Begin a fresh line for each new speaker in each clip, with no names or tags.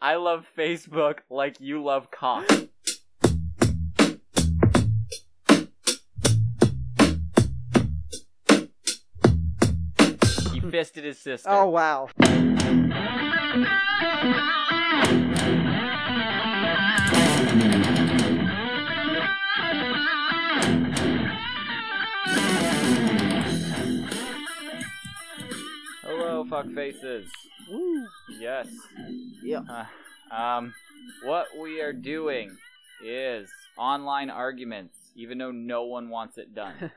I love Facebook like you love cock. He fisted his sister.
Oh wow.
Hello, fuck faces.
Woo.
Yes.
Yeah.
Uh, um, what we are doing is online arguments, even though no one wants it done.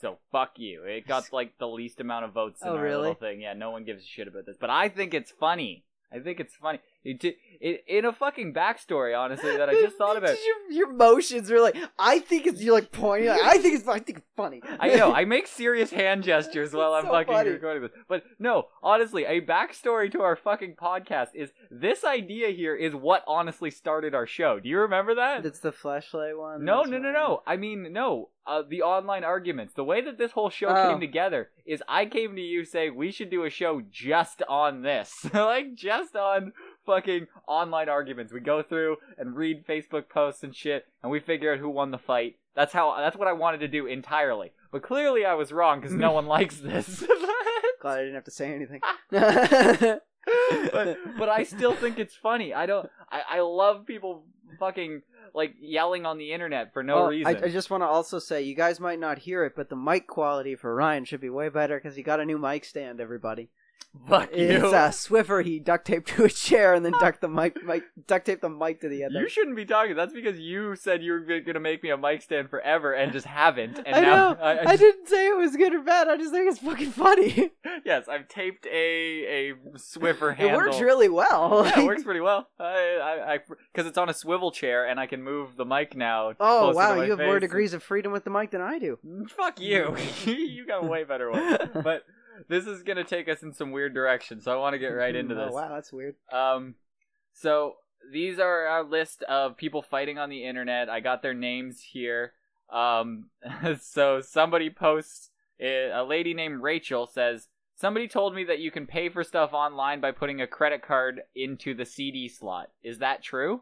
so fuck you. It got like the least amount of votes in
Oh,
our
really?
little thing. Yeah, no one gives a shit about this, but I think it's funny. I think it's funny. It, di- it, in a fucking backstory, honestly, that I just thought about.
Your, your motions were like, I think it's you're like pointing. Like, I think it's. I think it's funny.
I know. I make serious hand gestures while I'm
So
fucking
funny.
recording this. But no, honestly, a backstory to our fucking podcast is this idea here is what honestly started our show. Do you remember that?
It's the flashlight one.
No,
that's
no, no,
right.
no. I mean, no. Uh, the online arguments. The way that this whole show
Oh.
came together is I came to you saying we should do a show just on this. like, just on fucking online arguments. We go through and read Facebook posts and shit, and we figure out who won the fight. That's how. That's what I wanted to do entirely. But clearly I was wrong because no one likes this.
Glad I didn't have to say anything.
but, but I still think it's funny. I don't. I, I love people fucking like yelling on the internet for no
Oh,
reason.
I, I just want to also say, you guys might not hear it, but the mic quality for Ryan should be way better because he got a new mic stand. Everybody,
Fuck
it's uh, a Swiffer. He duct taped to a chair and then duct the mic, mic duct taped the mic to the other.
You shouldn't be talking. That's because you said you were going to make me a mic stand forever and just haven't. And
I
now,
know. I, didn't say it was good or bad. I just think it's fucking funny.
yes, I've taped a a Swiffer
It
handle.
works really well.
yeah, it works pretty well. I, I, because it's on a swivel chair and I can move the mic now. closer
Oh
to
wow,
my
you have more
face.
degrees of freedom with the mic than I do.
Fuck you. you got a way better one. But this is gonna take us in some weird direction, so I want to get right into
Oh,
this.
wow, that's weird.
Um, so these are our list of people fighting on the internet. I got their names here. Um, so somebody posts eh, a lady named Rachel says somebody told me that you can pay for stuff online by putting a credit card into the CD slot. Is that true?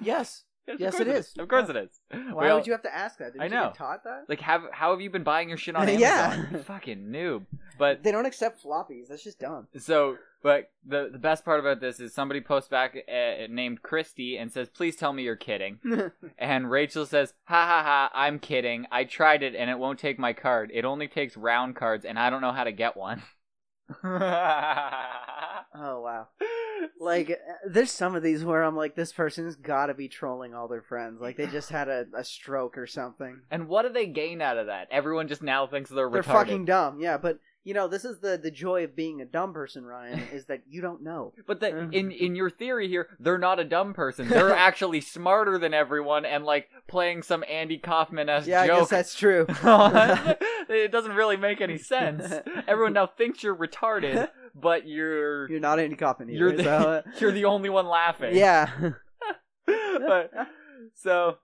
Yes.
of
Yes,
course
it is.
Of course it is.
Why
Well,
would you have to ask that? Didn't
I
you
know.
get taught that?
Like, have how have you been buying your shit on Amazon?
Yeah.
You fucking noob. But
They don't accept floppies. That's just dumb.
So, but the the best part about this is somebody posts back uh, named Christy and says, "Please tell me you're kidding." and Rachel says, "Ha ha ha! I'm kidding. I tried it and it won't take my card. It only takes round cards, and I don't know how to get one."
Oh wow. Like uh, there's some of these where I'm like, this person's gotta be trolling all their friends. Like they just had a, a stroke or something.
and what do they gain out of that? Everyone just now thinks they're retarded.
They're fucking dumb, yeah. But you know, this is the the joy of being a dumb person, Ryan, is that you don't know.
But the, in in your theory here, they're not a dumb person. They're actually smarter than everyone, and like playing some Andy Kaufman esque
Yeah, I
joke.
guess that's true.
it doesn't really make any sense. Everyone now thinks you're retarded, but you're
You're not Andy Kaufman either.
you're the,
so, uh,
you're the only one laughing.
yeah.
But- so,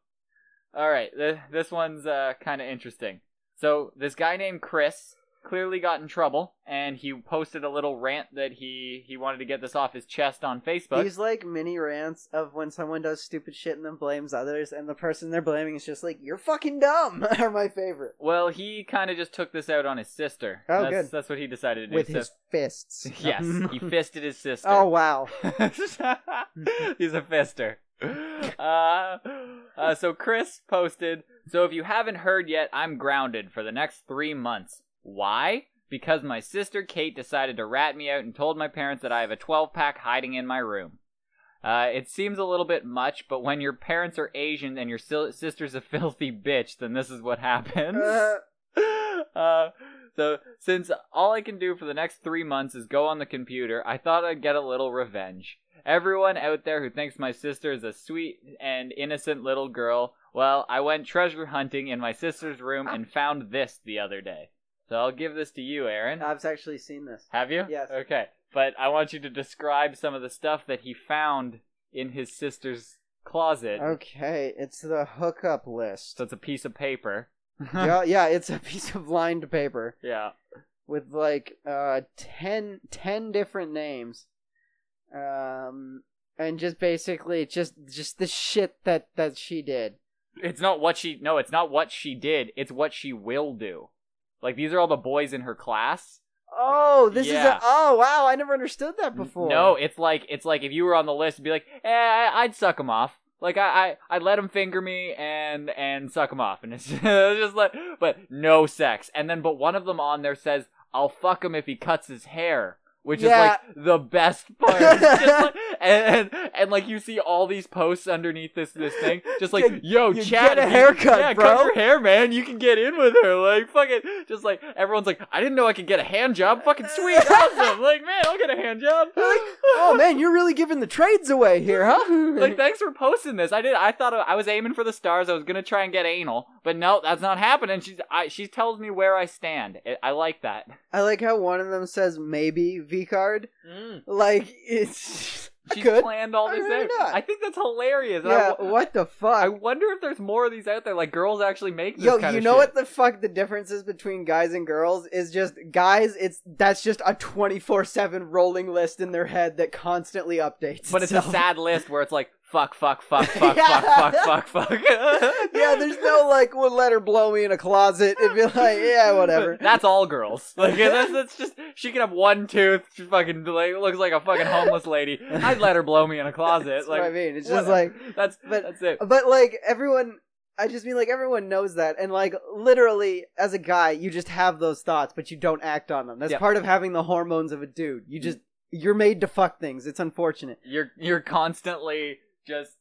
all right, th- this one's uh, kind of interesting. So this guy named Chris clearly got in trouble, and he posted a little rant that he he wanted to get this off his chest on Facebook.
These like mini rants of when someone does stupid shit and then blames others, and the person they're blaming is just like, "You're fucking dumb." Are my favorite
well, he kind of just took this out on his sister.
Oh,
that's,
good.
that's what he decided to do.
with
So-
his fists.
yes, he fisted his sister.
oh wow.
He's a fister. Uh, uh, so Chris posted. So if you haven't heard yet, I'm grounded for the next three months. Why? Because my sister Kate decided to rat me out and told my parents that I have a 12 pack hiding in my room. Uh, it seems a little bit much, but when your parents are Asian and your sil- sister's a filthy bitch, then this is what happens.
Uh,
Uh, so since all I can do for the next three months is go on the computer, I thought I'd get a little revenge. Everyone out there who thinks my sister is a sweet and innocent little girl, well, I went treasure hunting in my sister's room and found this the other day. So I'll give this to you, Aaron.
I've actually seen this.
Have you?
Uh, Yes.
Okay. But I want you to describe some of the stuff that he found in his sister's closet.
Okay, it's the hookup list.
So it's a piece of paper.
yeah, yeah, it's a piece of lined paper
Yeah.
with like uh 10, 10 different names. um, and just basically just just the shit that that she did.
It's not what she no, it's not what she did, it's what she will do. Like these are all the boys in her class.
Oh, this is
Yeah.
a, oh wow! I never understood that
N-
before.
No, it's like it's like if you were on the list, be like, eh, I, I'd suck him off. Like I, I, I'd let him finger me and and suck him off, and it's just, like, but no sex. And then, but one of them on there says, "I'll fuck him if he cuts his hair," which
Yeah.
is like the best part. It's just like- and, and and like you see all these posts underneath this this thing, just like,
Get-
"Yo,
you
Chad,
get a
if you-
haircut,
yeah,
bro."
cut your hair, man. You can get in with her. Like, fucking, just like everyone's like, I didn't know I could get a hand job. Fucking sweet, awesome. Like, man, I'll get a hand job.
Like, oh man, you're really giving the trades away here, huh?
Like, thanks for posting this. I did. I thought I was aiming for the stars. I was gonna try and get anal, but no, that's not happening. She's, I, she tells me where I stand. I, I like that.
I like how one of them says maybe V card. Like it's Mm. I
She's
could.
planned all
I
this
really
out.
not.
I think that's hilarious. and I,
yeah.
wo-
what the
I
fuck?
wonder if there's more of these out there. Like girls actually make this
Yo,
kind
you
of
know
shit.
what the fuck the difference is between guys and girls is just guys. It's that's just a twenty four seven rolling list in their head that constantly updates.
But it's a
itself.
sad list where it's like fuck, fuck, fuck, fuck,
Yeah.
fuck, fuck, fuck, fuck.
yeah, there's no like would let her blow me in a closet. It'd be like yeah, whatever.
That's all girls. Like that's, that's just she can have one tooth. She fucking like, looks like a fucking homeless lady. I'd let her blow me in a closet.
That's
like
what I mean. It's just
whatever.
like
that's
but-
that's it.
But like everyone, I just mean like everyone knows that, and like literally as a guy, you just have those thoughts, but you don't act on them. That's
Yeah.
part of having the hormones of a dude. You just you're made to fuck things. It's unfortunate.
You're you're constantly just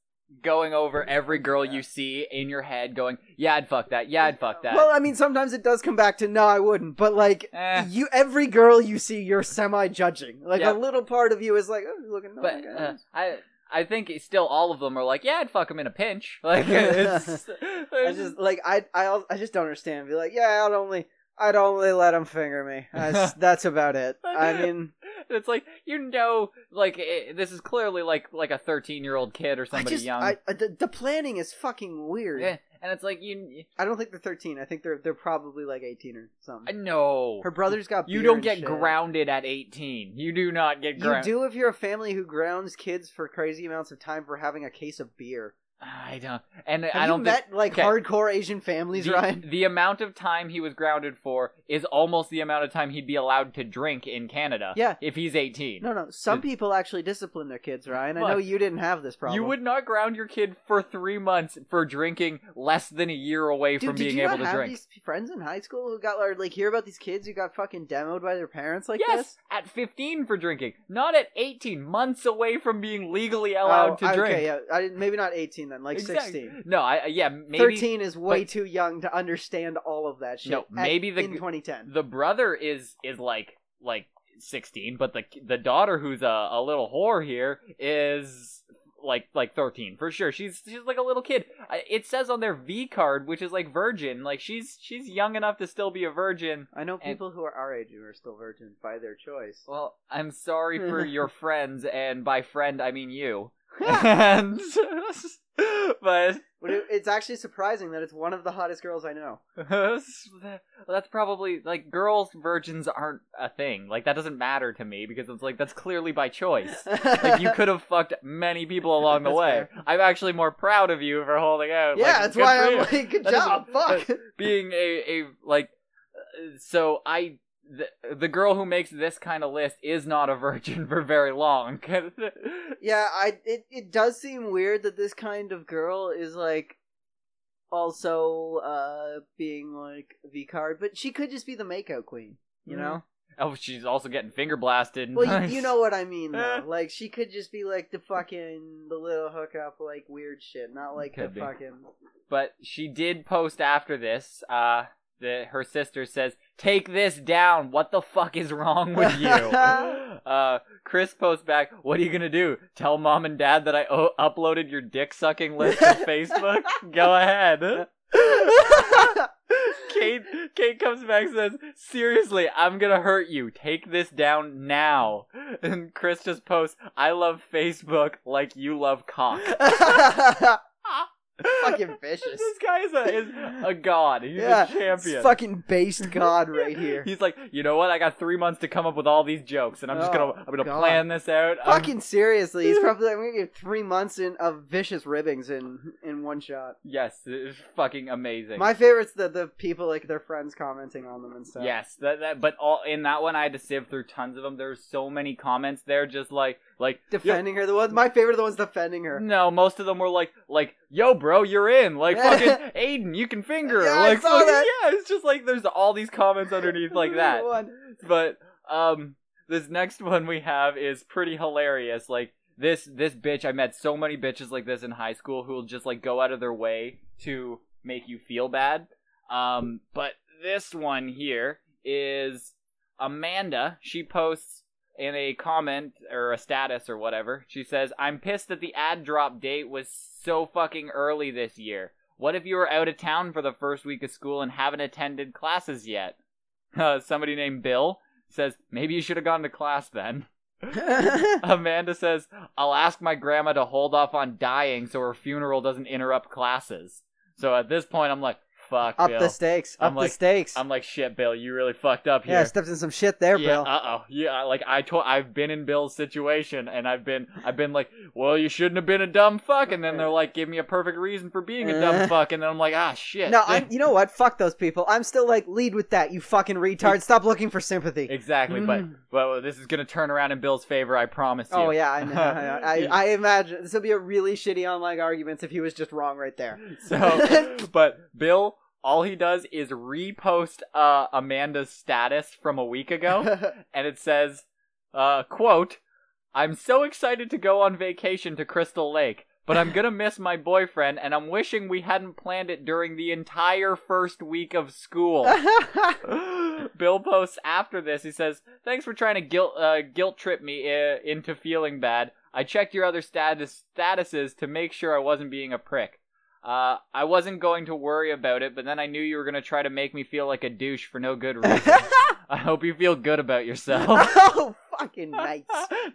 going over every girl you see in your head, going, yeah, I'd fuck that. Yeah, I'd fuck that.
Well, I mean, sometimes it does come back to no, I wouldn't. But like
Eh.
you, every girl you see, you're semi judging. Like
Yeah.
a little part of you is like, oh, looking. But,
but uh, I. I think it's still all of them are like, yeah, I'd fuck him in a pinch. Like, it's,
I just like I I al- I just don't understand. Be like, yeah, I'd only I'd only let him finger me. That's, that's about it. I mean.
And it's like you know, like it, this is clearly like like a thirteen year old kid or somebody
I just,
young.
I, I- the, the planning is fucking weird.
Yeah, and it's like you,
I don't think they're 13. I think they're they're probably like 18 or
I
something.
know
Her brother's got.
you
beer
don't
and
get
shit.
grounded at eighteen. You do not get
You
grounded.
do if you're a family who grounds kids for crazy amounts of time for having a case of beer.
I don't, and
Have
I don't
you
think
met like
okay.
hardcore Asian families,
the,
Ryan?
the amount of time he was grounded for is almost the amount of time he'd be allowed to drink in Canada.
Yeah.
if he's eighteen.
No, no. Some people actually discipline their kids, Ryan. I know
Look,
you didn't have this problem.
You would not ground your kid for three months for drinking less than a year away
Dude,
from
did
being
you
able
not
to
have
drink.
these friends in high school who got or, like hear about these kids who got fucking demoed by their parents like
yes,
this?
at 15 for drinking, not at 18, months away from being legally allowed
oh,
to drink.
Okay, yeah, I, didn't- maybe not 18 then, like
Exact-
16.
No, I yeah, maybe
13 is way
but-
too young to understand all of that shit.
No,
at-
maybe the-
in 2010.
the brother is is like like 16, but the the daughter who's a, a little whore here is like like 13 for sure. She's she's like a little kid. I- It says on their V card, which is like virgin. Like she's she's young enough to still be a virgin.
I know
and-
people who are our age who are still virgins by their choice.
Well, I'm sorry for your friends, and by friend I mean you. and but
But it, it's actually surprising that it's one of the hottest girls I know.
Well, that's probably like girls virgins aren't a thing. Like that doesn't matter to me because it's like that's clearly by choice. Like you could have fucked many people along the
That's
way. I'm actually more proud of you for holding out.
yeah,
Like,
that's
good
why
for
I'm
you.
like, good
That
job.
doesn't-
Fuck.
being a a like. uh, So I the, the girl who makes this kind of list is not a virgin for very long.
yeah, I it, it does seem weird that this kind of girl is like also uh being like V card, but she could just be the makeout queen, you know?
Oh, she's also getting finger blasted.
Mm-hmm. Well, you, you know what I mean,
Eh.
though. like, she could just be like the fucking the little hookup, like weird shit, not like the
Could be.
fucking.
but she did post after this. Uh, the her sister says, "Take this down. What the fuck is wrong with you?" uh, Chris posts back, "What are you gonna do? Tell mom and dad that I o- uploaded your dick sucking list to Facebook? Go ahead." Kate Kate comes back and says, "Seriously, I'm gonna hurt you. Take this down now." And Chris just posts, "I love Facebook like you love cock."
fucking vicious.
This guy is a, is a god. He's
Yeah,
a champion.
It's fucking based god right here.
He's like, you know what? I got three months to come up with all these jokes, and I'm just
Oh,
gonna, I'm gonna
God.
plan this out. Um, I'm-
Fucking seriously, he's probably I'm gonna give three months in of vicious ribbings in in one shot.
yes, it's fucking amazing.
My favorite's the the people like their friends commenting on them and stuff.
Yes, that, that but all in that one I had to sift through tons of them. There were so many comments there, just like like
defending her. The ones my favorite are the ones defending her.
No, most of them were like like yo, bro, you're in. Like fucking Aiden, you can finger. her.
Yeah, I
like
saw
fucking-
that.
yeah, it's just like there's all these comments underneath like that.
One.
But um, this next one we have is pretty hilarious. Like this this bitch, I met so many bitches like this in high school who will just like go out of their way to make you feel bad. Um, but this one here is Amanda. She posts in a comment or a status or whatever. She says, "I'm pissed that the ad drop date was so fucking early this year." What if you were out of town for the first week of school and haven't attended classes yet? Uh, somebody named Bill says, Maybe you should have gone to class then. Amanda says, I'll ask my grandma to hold off on dying so her funeral doesn't interrupt classes. So at this point, I'm like, fuck,
Up
Bill.
the stakes. Up
I'm like-
the stakes.
I'm like, shit, Bill, you really fucked up here.
yeah, steps in some shit there,
yeah,
Bill.
Uh oh. Yeah, like I told, I've been in Bill's situation, and I've been, I've been like, well, you shouldn't have been a dumb fuck, and then they're like, give me a perfect reason for being a
Uh.
dumb fuck, and then I'm like, ah, shit.
no, I'm, you know what? Fuck those people. I'm still like, lead with that, you fucking retard. Stop looking for sympathy.
exactly. But, well, this is gonna turn around in Bill's favor, I promise you.
Mm. Oh yeah, I know. I, know. I,
Yeah.
I imagine this would be a really shitty online arguments if he was just wrong right there.
So, but Bill, all he does is repost uh, Amanda's status from a week ago, and it says, uh, "quote I'm so excited to go on vacation to Crystal Lake." But I'm gonna miss my boyfriend, and I'm wishing we hadn't planned it during the entire first week of school. Bill posts after this. He says, "Thanks for trying to guilt uh, guilt trip me uh, into feeling bad. I checked your other status statuses to make sure I wasn't being a prick. Uh, I wasn't going to worry about it, but then I knew you were gonna try to make me feel like a douche for no good reason. I hope you feel good about yourself."
oh, fucking nice.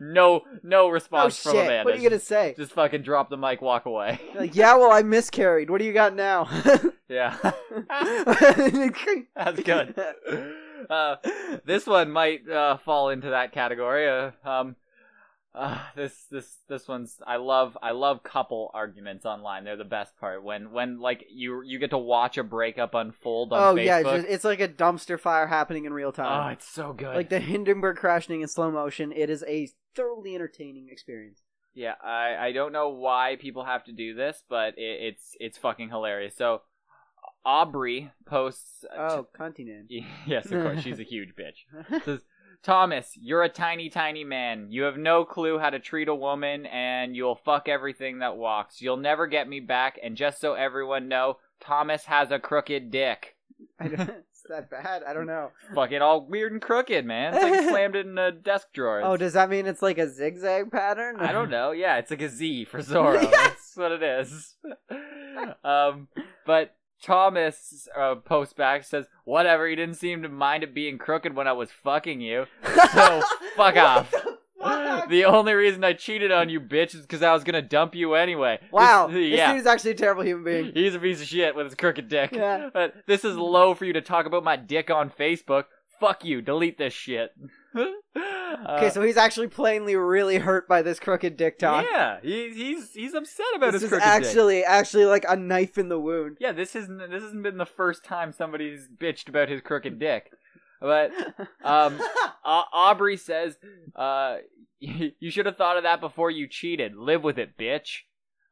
no, no
Oh
response
shit!
from Amanda.
What are you gonna say?
Just fucking drop the mic, walk away.
Like, yeah, well, I miscarried. What do you got now?
yeah, that's good. Uh, this one might uh, fall into that category. Uh, um, uh, this this this one's I love I love couple arguments online. They're the best part when when like you you get to watch a breakup unfold on
oh
Facebook.
yeah, just, it's like a dumpster fire happening in real
oh,
time.
it's so good.
like the Hindenburg crashing in slow motion. It is a thoroughly entertaining experience.
Yeah, I, I don't know why people have to do this, but it, it's it's fucking hilarious. So Aubrey posts. uh,
Oh, continent.
yes, of course, she's a huge bitch. says, Thomas, you're a tiny, tiny man. You have no clue how to treat a woman, and you'll fuck everything that walks. You'll never get me back, and just so everyone know, Thomas has a crooked dick.
I don't, it's that bad. I don't know.
Fucking all weird and crooked, man. It's like he slammed it in a desk drawer.
Oh,
It's-
does that mean it's like a zigzag pattern?
I don't know. Yeah, it's like a Z for Zorro.
Yes!
That's what it is. um, but Thomas uh, posts back says, "Whatever. You didn't seem to mind it being crooked when I was fucking you. So fuck off."
Fuck.
The only reason I cheated on you, bitch, is because I was gonna dump you anyway.
Wow,
This-
this
yeah,
dude is actually a terrible human being.
he's a piece of shit with his crooked dick.
Yeah.
But this is low for you to talk about my dick on Facebook. Fuck you. Delete this shit. Uh,
Okay, so he's actually plainly really hurt by this crooked dick talk.
yeah, he, he's he's upset about
this
his
is
crooked dick.
actually actually like a knife in the wound.
Yeah, this isn't this hasn't been the first time somebody's bitched about his crooked dick. But um, Au- Aubrey says, uh, "You should have thought of that before you cheated. Live with it, bitch."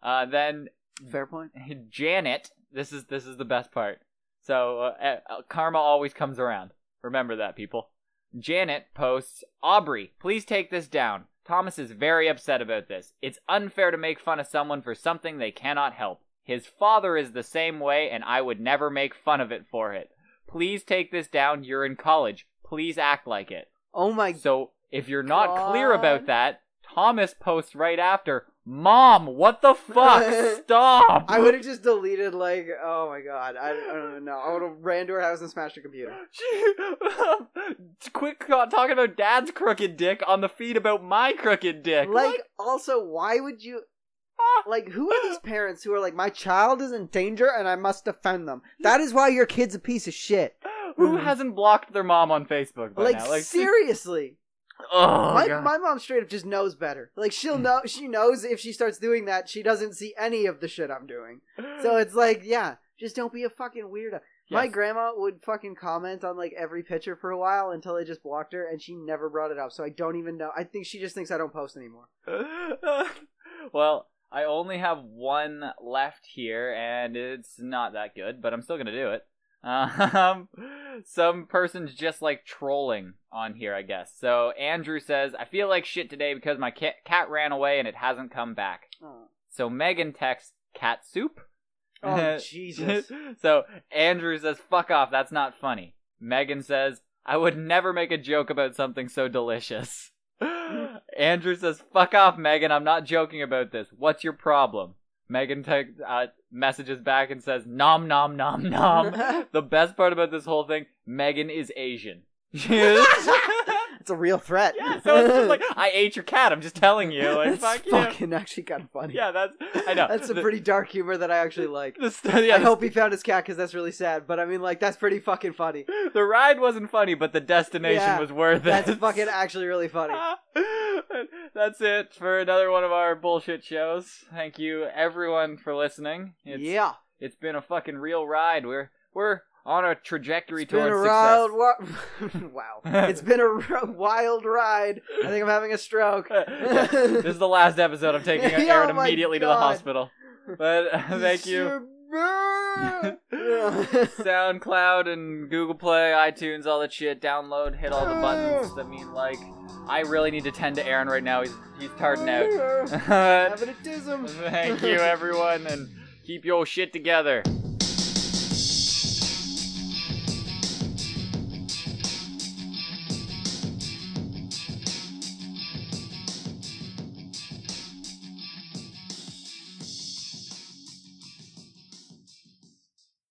Uh, then
Fair point.
Janet, this is this is the best part. So uh, uh, karma always comes around. Remember that, people. Janet posts, "Aubrey, please take this down. Thomas is very upset about this. It's unfair to make fun of someone for something they cannot help. His father is the same way and I would never make fun of it for it. Please take this down. You're in college. Please act like it."
Oh my
So if you're not clear
God.
about that, Thomas posts right after, "Mom, what the fuck? Stop!"
I would have just deleted like oh my god. I, I don't even know. I would have ran to her house and smashed her computer.
Gee, Quit ca- talking about dad's crooked dick on the feed about my crooked dick.
Like also why would you
Ah.
Like, who are these parents who are like, my child is in danger and I must defend them? That is why your kid's a piece of shit.
Who
Mhm.
hasn't blocked their mom on Facebook by
Like,
now? Oh, Like, see-
seriously.
oh,
my,
God. Hmm.
my mom straight up just knows better. Like, she'll know, she knows if she starts doing that, she doesn't see any of the shit I'm doing. So it's like, yeah, just don't be a fucking weirdo. My
Hmm. Yes.
grandma would fucking comment on like every picture for a while until I just blocked her and she never brought it up. So I don't even know. I think she just thinks I don't post anymore.
well, I only have one left here, and it's not that good, but I'm still gonna do it. Um, some person's just like trolling on here, I guess. So Andrew says, "I feel like shit today because my cat, cat ran away and it hasn't come back."
Oh,
So Megan texts, "Cat soup."
oh Jesus.
so Andrew says, "Fuck off, that's not funny." Megan says, "I would never make a joke about something so delicious." Andrew says, "Fuck off, Megan. I'm not joking about this. What's your problem?" Megan te- uh, messages back and says, "Nom nom nom nom." the best part about this whole thing, Megan is Asian. She is-
it's a real threat.
yeah, so it's just like I ate your cat. I'm just telling you. Like,
That's
fuck you.
fucking actually kind of funny.
Yeah, that's I know.
That's a
The-
pretty dark humor that I actually like.
the st- yeah,
I hope he found his cat because that's really sad. But I mean, like, that's pretty fucking funny.
the ride wasn't funny, but the destination
Yeah,
was worth it.
That's fucking actually really funny.
That's it for another one of our bullshit shows. Thank you everyone for listening. It's,
yeah,
it's been a fucking real ride. We're we're on a trajectory
it's been
towards
a wild. Wa- wow, it's been a r- wild ride. I think I'm having a stroke.
success. this is the last episode. I'm taking
Yeah,
Aaron
oh my
immediately to the
God.
hospital. But uh, thank you. SoundCloud and Google Play, iTunes, all that shit. Download, hit all the buttons that mean like. I really need to tend to Aaron right now. He's he's tarding out.
Having a tism.
Thank you, everyone, and keep your shit together.